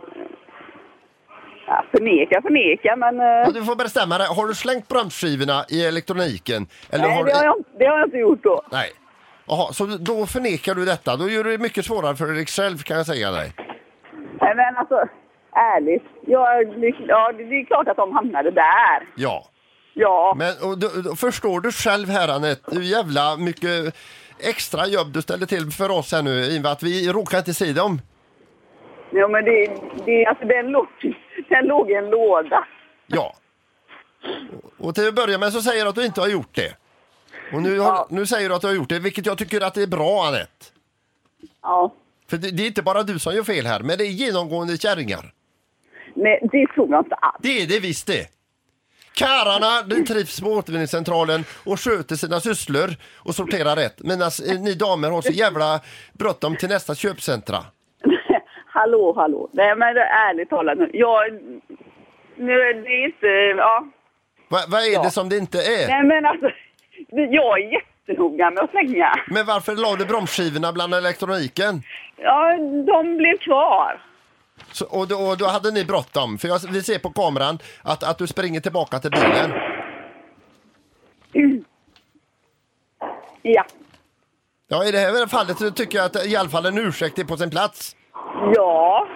K: ja, förneka, förneka, men... eh,
C: Ja, du får bestämma dig. Har du slängt bromsskivorna i elektroniken? Eller
K: nej,
C: har
K: det
C: du...
K: har, jag, det har jag inte gjort då.
C: Nej. Jaha, så då förnekar du detta. Då gör du det mycket svårare för dig själv kan jag säga dig.
K: Nej, men alltså, ärligt. Jag, ja, det det är klart att de hamnade där.
C: Ja.
K: Ja.
C: Men och, då, då, förstår du själv här Anette, hur jävla mycket extra jobb du ställer till för oss här nu i och med att vi råkar inte se dem.
K: Ja, men det, det, alltså, den, låg, den låg i en låda.
C: Ja. Och till att börja med så säger du att du inte har gjort det. Och nu, har, nu säger du att du har gjort det, vilket jag tycker att det är bra Anette.
K: Ja.
C: För det, det är inte bara du som gör fel här, men det är genomgående kärringar.
K: Nej, det tror jag inte alls.
C: Det är det visst det. Kararna de trivs på återvinningscentralen och sköter sina sysslor och sorterar rätt. Medan eh, ni damer har så jävla bråttom till nästa köpcentra.
K: Hallå, hallå. Nej, men det- ärligt talat nu. Jag... Nu, det är inte... Ja.
C: Va, vad är det som det inte är?
K: Nej, men alltså. Jag är jättenoga med att slänga.
C: Men varför la du bromsskivorna bland elektroniken?
K: Ja, de blev kvar.
C: Så, och, då, och då hade ni bråttom, för jag, vi ser på kameran att, att du springer tillbaka till bilen.
K: Ja.
C: Ja, i det här fallet så tycker jag att i alla fall en ursäkt är på sin plats.
K: Ja.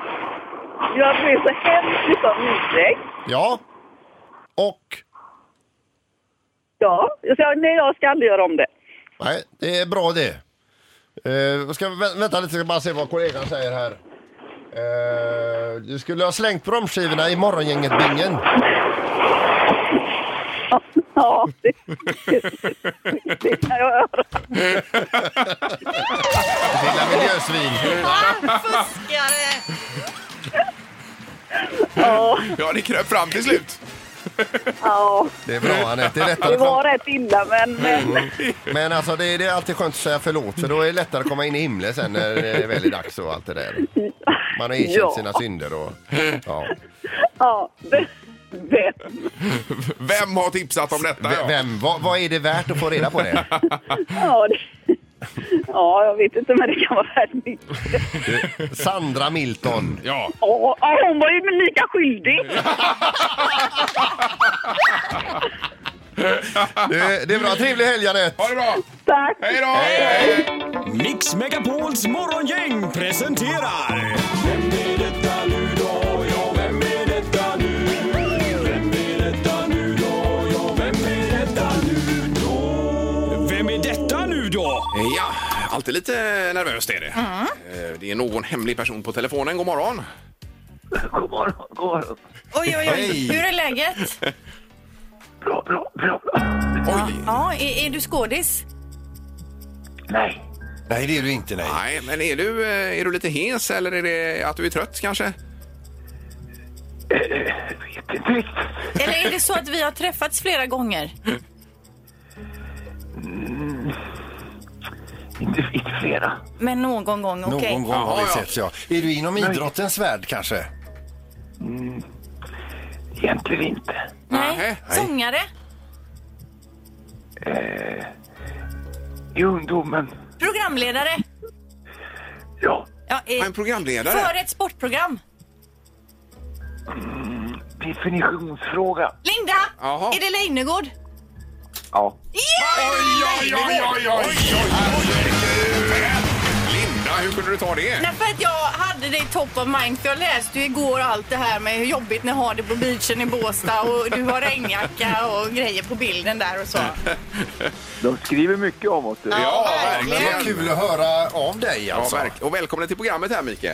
K: Jag blev så hemskt utan ursäkt.
C: Ja. Och?
K: Ja, jag sa nej, jag ska aldrig göra om det.
C: Nej, det är bra det. Eh, jag ska, vä- vänta lite, ska bara se vad kollegan säger här. Eh, du skulle ha slängt bromsskivorna i morgongänget-bingen.
K: Ja, det, det kan jag göra.
C: Lilla miljösvin.
D: Fuskare!
B: Ja, det kröp fram till slut.
K: Ja,
C: Det är bra Anette, det är lättare
K: det
C: att komma...
K: var rätt illa, men... men
C: Men alltså det, är- det är alltid skönt att säga förlåt för då är det lättare att komma in i himlen sen när det är väl är dags och allt det där. Man har erkänt
K: Ja.
C: sina synder och... Ja.
K: ja, det, det.
B: Vem har tipsat om detta?
C: V- vem? Vad, vad är det värt att få reda på det?
K: Ja, det, ja, jag vet inte, men det kan vara värt mycket.
C: Du, Sandra Milton.
B: Ja.
K: Ja, ja, hon var ju lika skyldig.
C: Det, det är bra. Trevlig helg Anette!
B: Ha det bra!
K: Tack!
B: Hej då!
L: Mix Megapols morgongäng presenterar... Vem är detta nu då? Ja, vem är detta nu? Vem är detta nu då? Ja, vem är detta nu då? Vem är detta nu då?
B: Ja, alltid lite nervöst är det. Eh, Det är någon hemlig person på telefonen. God morgon! God morgon, god morgon.
D: Oj, oj, oj. Hur är läget?
B: Bra, bra, bra.
D: Ja, är, är du skådis?
B: Nej.
C: Nej, det är du inte. Nej.
B: nej, men är du, eh, är du lite hes eller är det att du är trött kanske?
E: Eller är det så att vi har träffats flera gånger?
C: Inte flera.
E: Men någon gång, okej.
C: Någon gång har vi setts, ja. Är du inom idrottens värld kanske? Egentligen inte.
E: Nej, sångare.
M: Eh, I ungdomen.
E: Programledare.
M: Ja.
E: Ja, eh,
B: En programledare?
E: För ett sportprogram.
M: Definitionsfråga.
E: Linda!
M: Jaha.
E: Är det Leijnegård?
M: Ja.
B: Oj, oj, oj, oj, oj, Linda, hur kunde du ta det?
E: Nej, för att jag hade det i top of mind. För jag läste ju igår allt det här med hur jobbigt ni har det på beachen i Båstad och du har regnjacka och grejer på bilden där och så.
M: De skriver mycket om oss.
B: Ja, verkligen.
C: men vad kul att höra av dig, alltså.
B: Ja, verk- och välkommen till programmet här, Micke.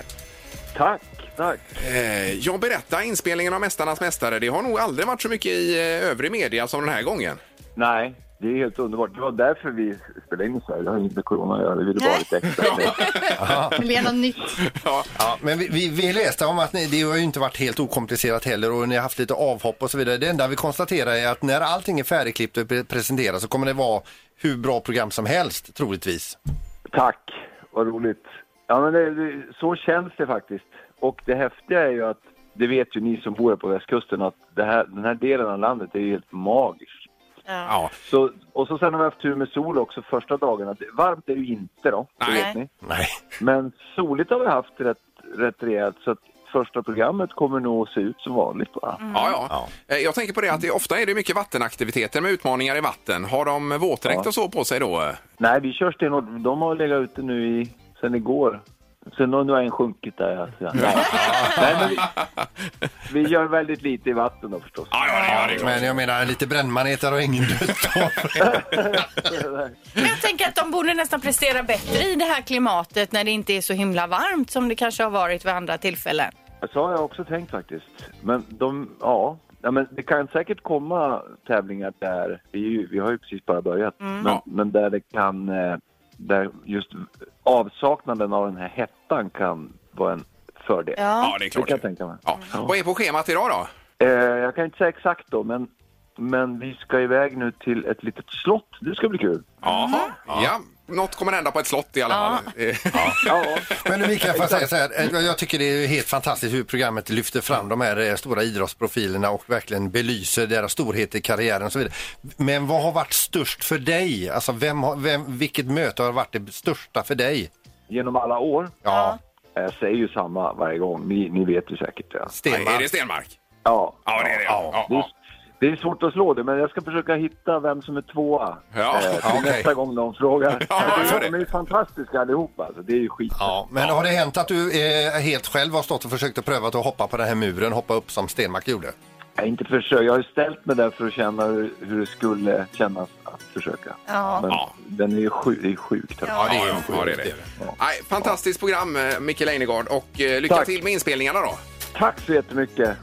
M: Tack, tack.
B: Eh, jag berättar inspelningen av Mästarnas mästare. Det har nog aldrig varit så mycket i eh, övrig media som den här gången.
M: Mm. Nej, det är helt underbart. Det var därför vi spelade in i Sverige. Det har inte med corona att göra. Vi ville bara ha lite extra.
D: Lena nytt.
B: Ja.
C: men vi, vi, vi läste om att ni, det har ju inte varit helt okomplicerat heller och ni har haft lite avhopp och så vidare. Det enda vi konstaterar är att när allting är färdigklippt och pre- presenterat så kommer det vara hur bra program som helst, troligtvis.
M: Tack, vad roligt. Ja, men det, det, så känns det faktiskt. Och det häftiga är ju att, det vet ju ni som bor här på västkusten, att det här, den här delen av landet är ju helt magisk.
B: Ja.
M: Så, och så sen har vi haft tur med sol också första dagarna. Det- Varmt är det ju inte då, det
B: Nej.
M: vet ni.
C: Nej.
M: Men soligt har vi haft rätt, rätt rejält så att första programmet kommer nog att se ut som vanligt va?
B: Ja, ja. Eh, Jag tänker på det att det, ofta är det mycket vattenaktiviteter med utmaningar i vatten. Har de våtdräkt
M: Ja.
B: och så på sig då?
M: Nej, vi kör stenhårt. De har legat ute nu i, sen igår. Sen har nu har en sjunkit där. Alltså. Nej. Nej, men vi, vi gör väldigt lite i vatten då förstås.
C: men jag menar, lite brännmaneter har ingen dött av.
E: Men jag tänker att de borde nästan prestera bättre i det här klimatet när det inte är så himla varmt som det kanske har varit vid andra tillfällen.
M: Så har jag också tänkt faktiskt. Men de, ja. Ja, men det kan säkert komma tävlingar där, vi, är ju- vi har ju precis bara börjat,
J: Mm.
M: men,
J: Ja.
M: men där det kan, eh, där just avsaknaden av den här hettan kan vara en fördel.
B: Ja. Ja, det är klart.
M: kan jag tänka mig.
B: Ja. Vad är på schemat idag då?
M: Eh, jag kan inte säga exakt då, men, men vi ska iväg nu till ett litet slott. Det ska bli kul.
B: Jaha. Ja. Något kommer hända på ett slott i alla
M: Ja.
B: fall. Eh, Ja.
C: Men nu Mikael, får jag säga så här, eh, jag tycker det är helt fantastiskt hur programmet lyfter fram de här eh, stora idrottsprofilerna och verkligen belyser deras storhet i karriären och så vidare. Men vad har varit störst för dig? Alltså vem har, vem, vilket möte har varit det största för dig?
M: Genom alla år?
C: Ja.
M: Jag säger ju samma varje gång. Ni, ni vet ju säkert det.
B: Är det Stenmark?
M: Ja.
B: Ja, det är det. Ja,
M: Det, är, det är svårt att slå det, men jag ska försöka hitta vem som är tvåa
C: Ja,
M: till
C: okej.
M: nästa gång de frågar.
C: Ja,
M: Alltså,
C: gör
M: de är ju fantastiska allihopa, alltså, det är ju skit.
C: Ja, Men har det hänt att du eh, helt själv har stått och försökt att pröva att hoppa på den här muren, hoppa upp som Stenmark gjorde?
M: Jag, har inte försökt. jag har ju ställt mig där för att känna hur, hur det skulle kännas att försöka.
B: Ja.
M: Men
B: Ja.
M: den är ju sjuk, det är sjukt.
B: Ja, det är ja, ja, det är det. Nej, fantastiskt program, eh, Micke Leijnegard. Och eh, lycka
M: Tack.
B: till med inspelningarna då.
M: Tack så jättemycket.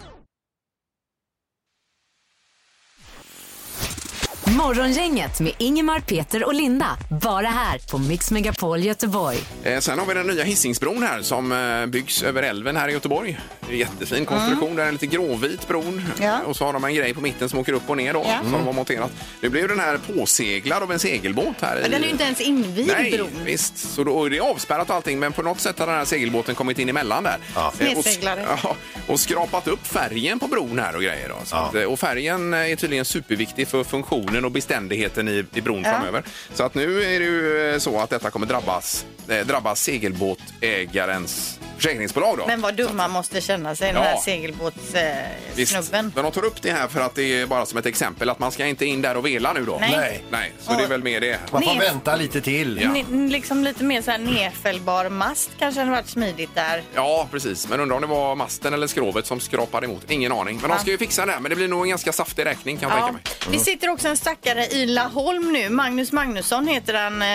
A: Morgongänget med Ingemar, Peter och Linda. Bara här på Mix Megapol Göteborg.
B: Eh, Sen har vi den nya Hisingsbron här som eh, byggs över älven här i Göteborg. Det är Jättefin konstruktion, den är lite gråvit bron.
D: Ja.
B: Och så har de en grej på mitten som åker upp och ner då,
D: Ja.
B: som de har monterat. Nu blev den här påseglad av en segelbåt här. i-
D: Den är ju inte ens invigd
B: Nej,
D: bron.
B: visst. Så då, och det är avspärrat och allting, men på något sätt har den här segelbåten kommit in emellan där. Ja.
D: Snedseglare.
B: Och, ja, och skrapat upp färgen på bron här och grejer. Då. Så att, eh, och färgen är tydligen superviktig för funktionen och beständigheten i, i bron
D: Ja.
B: framöver. Så att nu är det ju eh, så att detta kommer drabbas, eh, drabbas segelbåtägarens försäkringsbolag. Då.
D: Men vad dumma måste känna sig, den
B: Ja.
D: här segelbåtssnubben. Eh,
B: Visst.
D: snubben.
B: Men de tar upp det här för att det är bara som ett exempel att man ska inte in där och vela nu då.
E: Nej. Nej.
B: Nej så det är väl med det.
E: Man får Nej. vänta
C: lite till.
E: Ni- Liksom lite mer så här nedfällbar mast kanske hade varit smidigt där.
B: Ja, precis. Men undrar om det var masten eller skrovet som skrapade emot. Ingen aning. Men de ska ju fixa det här. Men det blir nog en ganska saftig räkning kan jag tänka mig. Mm.
D: Vi sitter också en stackare i Laholm nu. Magnus Magnusson heter han. Eh,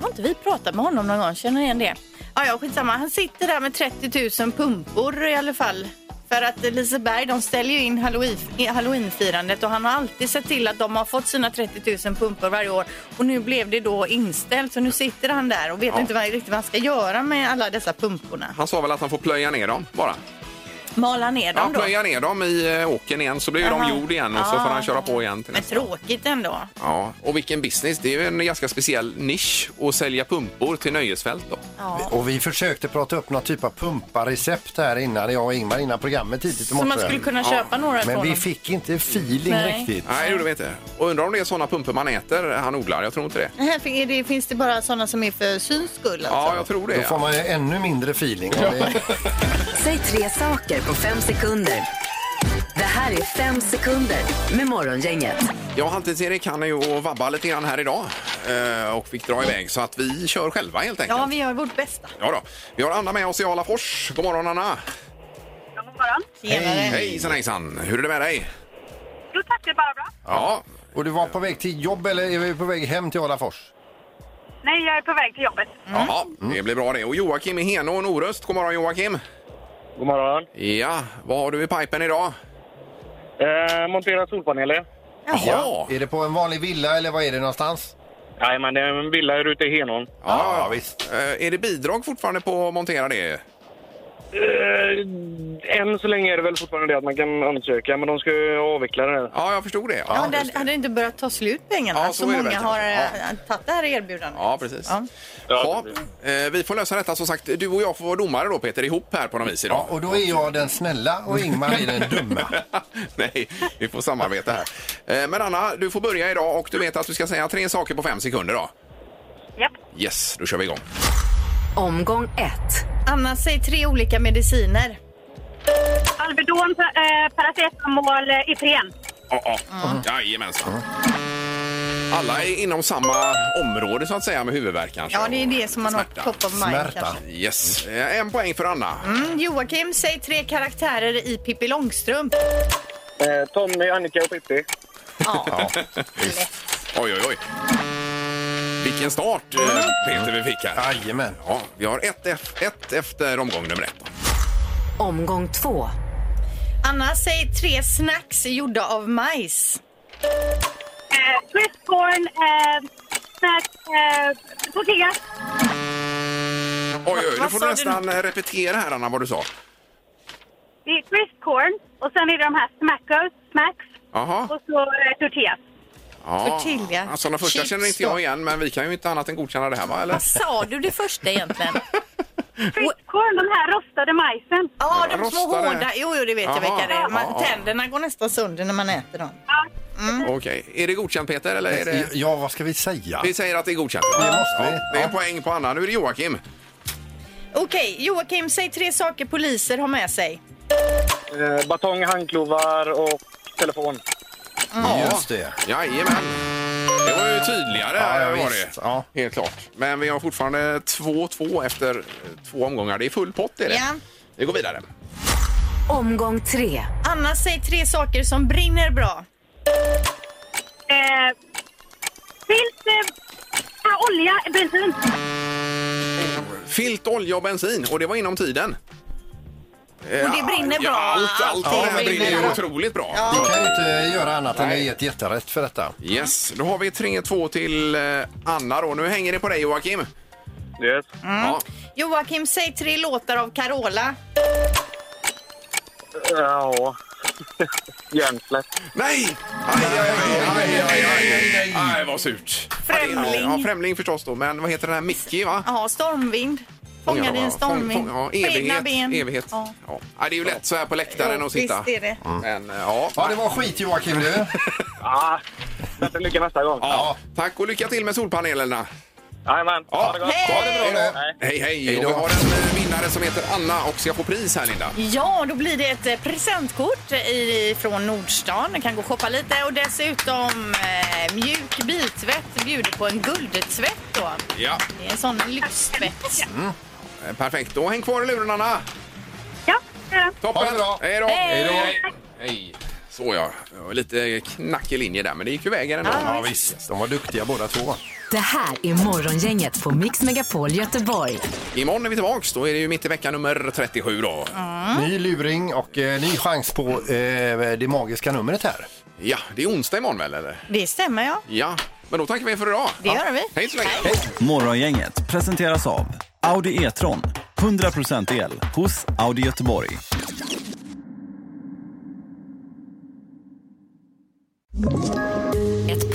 D: Har inte vi pratat med honom någon gång? Känner ni igen det? Ja, ja, skitsamma. Han sitter där med 30 000 pumpor i alla fall. För att Liseberg, de ställer ju in halloween- halloweenfirandet och han har alltid sett till att de har fått sina 30 000 pumpor varje år. Och nu blev det då inställt så nu sitter han där och vet
B: Ja.
D: inte vad, riktigt vad han ska göra med alla dessa pumporna.
B: Han sa väl att han får plöja ner dem bara.
D: Mala ner dem
B: Ja,
D: då.
B: plöja ner dem i eh, åkern igen så blir ju
D: Jaha.
B: de jord igen och så
D: Ah.
B: får han köra på igen. Till
D: Men
B: nästa.
D: tråkigt ändå.
B: Ja, och vilken business. Det är ju en ganska speciell nisch att sälja pumpor till nöjesfält då.
D: Ja.
C: Och vi försökte prata upp någon typ av pumparecept här innan, jag och Ingmar, innan programmet tidigt i
D: Så
C: morse.
D: man skulle kunna köpa några
C: Men
D: ifrån
C: vi
D: dem.
C: fick inte feeling
D: Nej.
C: riktigt.
B: Nej, det gjorde vi inte. Och undrar om det är sådana pumpor man äter, han odlar. Jag tror inte det.
D: Här fin- är det, finns det bara sådana som är för syns skull? Alltså?
B: Ja, jag tror det.
C: Då får man ju ännu mindre feeling. om det-
A: Säg tre saker på fem sekunder. Det här är fem sekunder med Morgongänget.
B: Ja, Halvtids-Erik han är ju och vabbar lite grann här idag eh, och fick dra iväg så att vi kör själva helt enkelt.
D: Ja, vi gör vårt bästa.
B: Ja då. Vi har Anna med oss i Alafors. God morgon Anna!
D: Tjenare.
B: Hejsan hejsan! Hur är det med dig?
F: Jo tack, det är bara bra.
B: Ja.
C: Och du var på väg till jobb eller är vi på väg hem till Alafors?
F: Nej, jag är på väg till jobbet.
C: Mm.
B: Ja, det blir bra det. Och Joakim i Henå och Noröst. God morgon Joakim!
M: God morgon!
B: Ja, vad har du i pipen idag?
M: Eh, montera solpaneler.
C: Ja. Är det på en vanlig villa eller var är det någonstans?
M: Nej, men det är en villa här ute i Henån.
B: Ja, visst. Eh, Är det bidrag fortfarande på att montera det?
M: Eh, än så länge är det väl fortfarande det att man kan ansöka, men de ska ju avveckla det här.
B: Ja, jag förstod det.
D: Ja, det hade inte börjat ta slut pengarna.
B: Ja,
D: så
B: så är det
D: många
B: väl
D: har
B: kanske.
D: eh, tagit det här erbjudandet.
B: Ja, precis. Ja. eh, vi får lösa detta som sagt. Du och jag får vara domare då Peter, ihop här på något vis idag.
C: Ja, och då är jag den snälla och Ingmar är den dumma.
B: Nej, vi får samarbeta här. Eh, Men Anna, du får börja idag och du vet att du ska säga tre saker på fem sekunder då?
F: Japp.
B: Yes, då kör vi igång.
A: Omgång ett.
D: Anna, säg tre olika mediciner.
F: Alvedon, eh, paracetamol, eh, Ipren.
B: Ja, ja. Mm. Jajamensan. Alla är inom samma område så att säga med huvudvärk kanske.
D: Ja, det är det som man har top of mind kanske.
B: Yes. Eh, En poäng för Anna.
D: Mm, Joakim, säg tre karaktärer i Pippi Långstrump.
M: Eh, Tommy, Annika och Pippi.
B: Ja. oj, oj, oj. Vilken start eh,
D: Mm.
B: Peter vi fick här.
C: Jajamän.
B: Ja, vi har ett, ef- ett efter omgång nummer ett.
A: Omgång två.
D: Anna, säg tre snacks gjorda av majs.
F: Eh, Twistcorn, eh, snack, eh, tortillas.
B: Oj, oj, nu
F: Vad
B: får
F: sa
B: du
F: du
B: nästan
F: nu?
B: eh, repetera här Anna vad du sa.
F: Det är twistcorn och sen är det de här smackos, smacks
B: Jaha.
F: och så eh, tortillas.
B: Ja.
D: Tortilla.
B: Alltså, de första
D: Chips
B: känner inte
D: då.
B: jag igen, men vi kan ju inte annat än godkänna det här, va? Eller?
D: Vad sa du det första egentligen?
F: Twistcorn, de här rostade majsen.
D: Ja, de små
B: Rostade.
D: hårda. Jo, jo, det vet jag
B: Jaha.
D: vilka det är. Man,
B: Ja.
D: tänderna går nästan sönder när man äter dem. Mm.
B: Okej. Är det godkänt, Peter? Eller är det...
C: Ja, vad ska vi säga?
B: Vi säger att det är godkänt.
C: Det måste vi.
B: Ja, det är en poäng på Anna. Nu är det Joakim.
D: Okej, Joakim, säg tre saker poliser har med sig.
M: Eh, batong, handklovar och telefon.
B: Ja.
C: Just det.
B: Jajamän. Det var ju tydligare.
C: Ja, ja,
B: var
C: visst.
B: det. Helt klart. Men vi har fortfarande 2-2 efter eh, två omgångar. Det är full pott. Är det.
D: Ja.
B: Vi går vidare.
A: Omgång tre.
D: Anna, säg tre saker som brinner bra.
F: Eh, filt, eh, eh, olja, bensin.
B: Filt, olja och bensin. Och det var inom tiden. Och
D: det brinner
B: Ja,
D: bra.
B: allt, allt av det här
D: Allting
B: brinner ju
D: brinner.
B: otroligt bra.
C: Vi kan ju inte göra annat än att
B: Nej.
C: ge ett jätterätt för detta.
B: Yes, då har vi 3-2 till eh, Anna då. Nu hänger det på dig Joakim.
D: Mm.
M: Yes.
B: Ja.
D: Joakim, säg tre låtar av Carola.
M: Ja. Hjärnsläpp.
B: Nej! Aj, aj, aj, aj, aj, aj, aj, aj, vad surt.
D: Främling.
B: Ja, främling förstås då. Men vad heter den här Mickey va?
D: Ja, stormvind. Fångad i en stormvind.
B: Ja,
D: På egna
B: evighet.
D: ben.
B: evighet. Ja.
D: Ja.
B: Ja, det är ju lätt så här på läktaren
D: Jo,
B: att sitta.
D: visst är det.
B: Men, eh, ja.
C: Ja, det var skit Joakim du.
M: Ah, bättre lycka nästa gång.
B: Ja. Tack och lycka till med solpanelerna.
M: Jajamän.
B: Ja.
D: Hej!
B: Hej, hej! Och vi har en eh, vinnare som heter Anna och ska få pris här, Linda.
D: Ja, då blir det ett eh, presentkort i- från Nordstan. Du kan gå och shoppa lite. Och dessutom eh, mjuk biltvätt bjuder på en guldtvätt då.
B: Ja.
D: Det är en sån lyxtvätt.
B: Eh, Perfekt. Då häng kvar i luren, Anna.
F: Ja, eh, det är det.
B: Toppen!
C: Ha det bra.
B: Hej då!
D: Hej. Hej
B: Hej. Så ja, Det var lite knackig linje där, men det gick ju vägen ändå.
C: Ja, visst. De var duktiga båda två.
A: Det här är Morgongänget på Mix Megapol Göteborg.
B: Imorgon är vi tillbaks. Då är det ju mitt i vecka nummer 37 då.
C: Ny luring och eh, ny chans på eh, det magiska numret här.
B: Ja, det är onsdag imorgon väl eller?
D: Det stämmer ja.
B: Ja, men då tackar vi för idag.
D: Det gör vi.
B: Hej så länge.
K: Morgongänget presenteras av Audi E-tron. 100% el hos Audi Göteborg.
N: Ett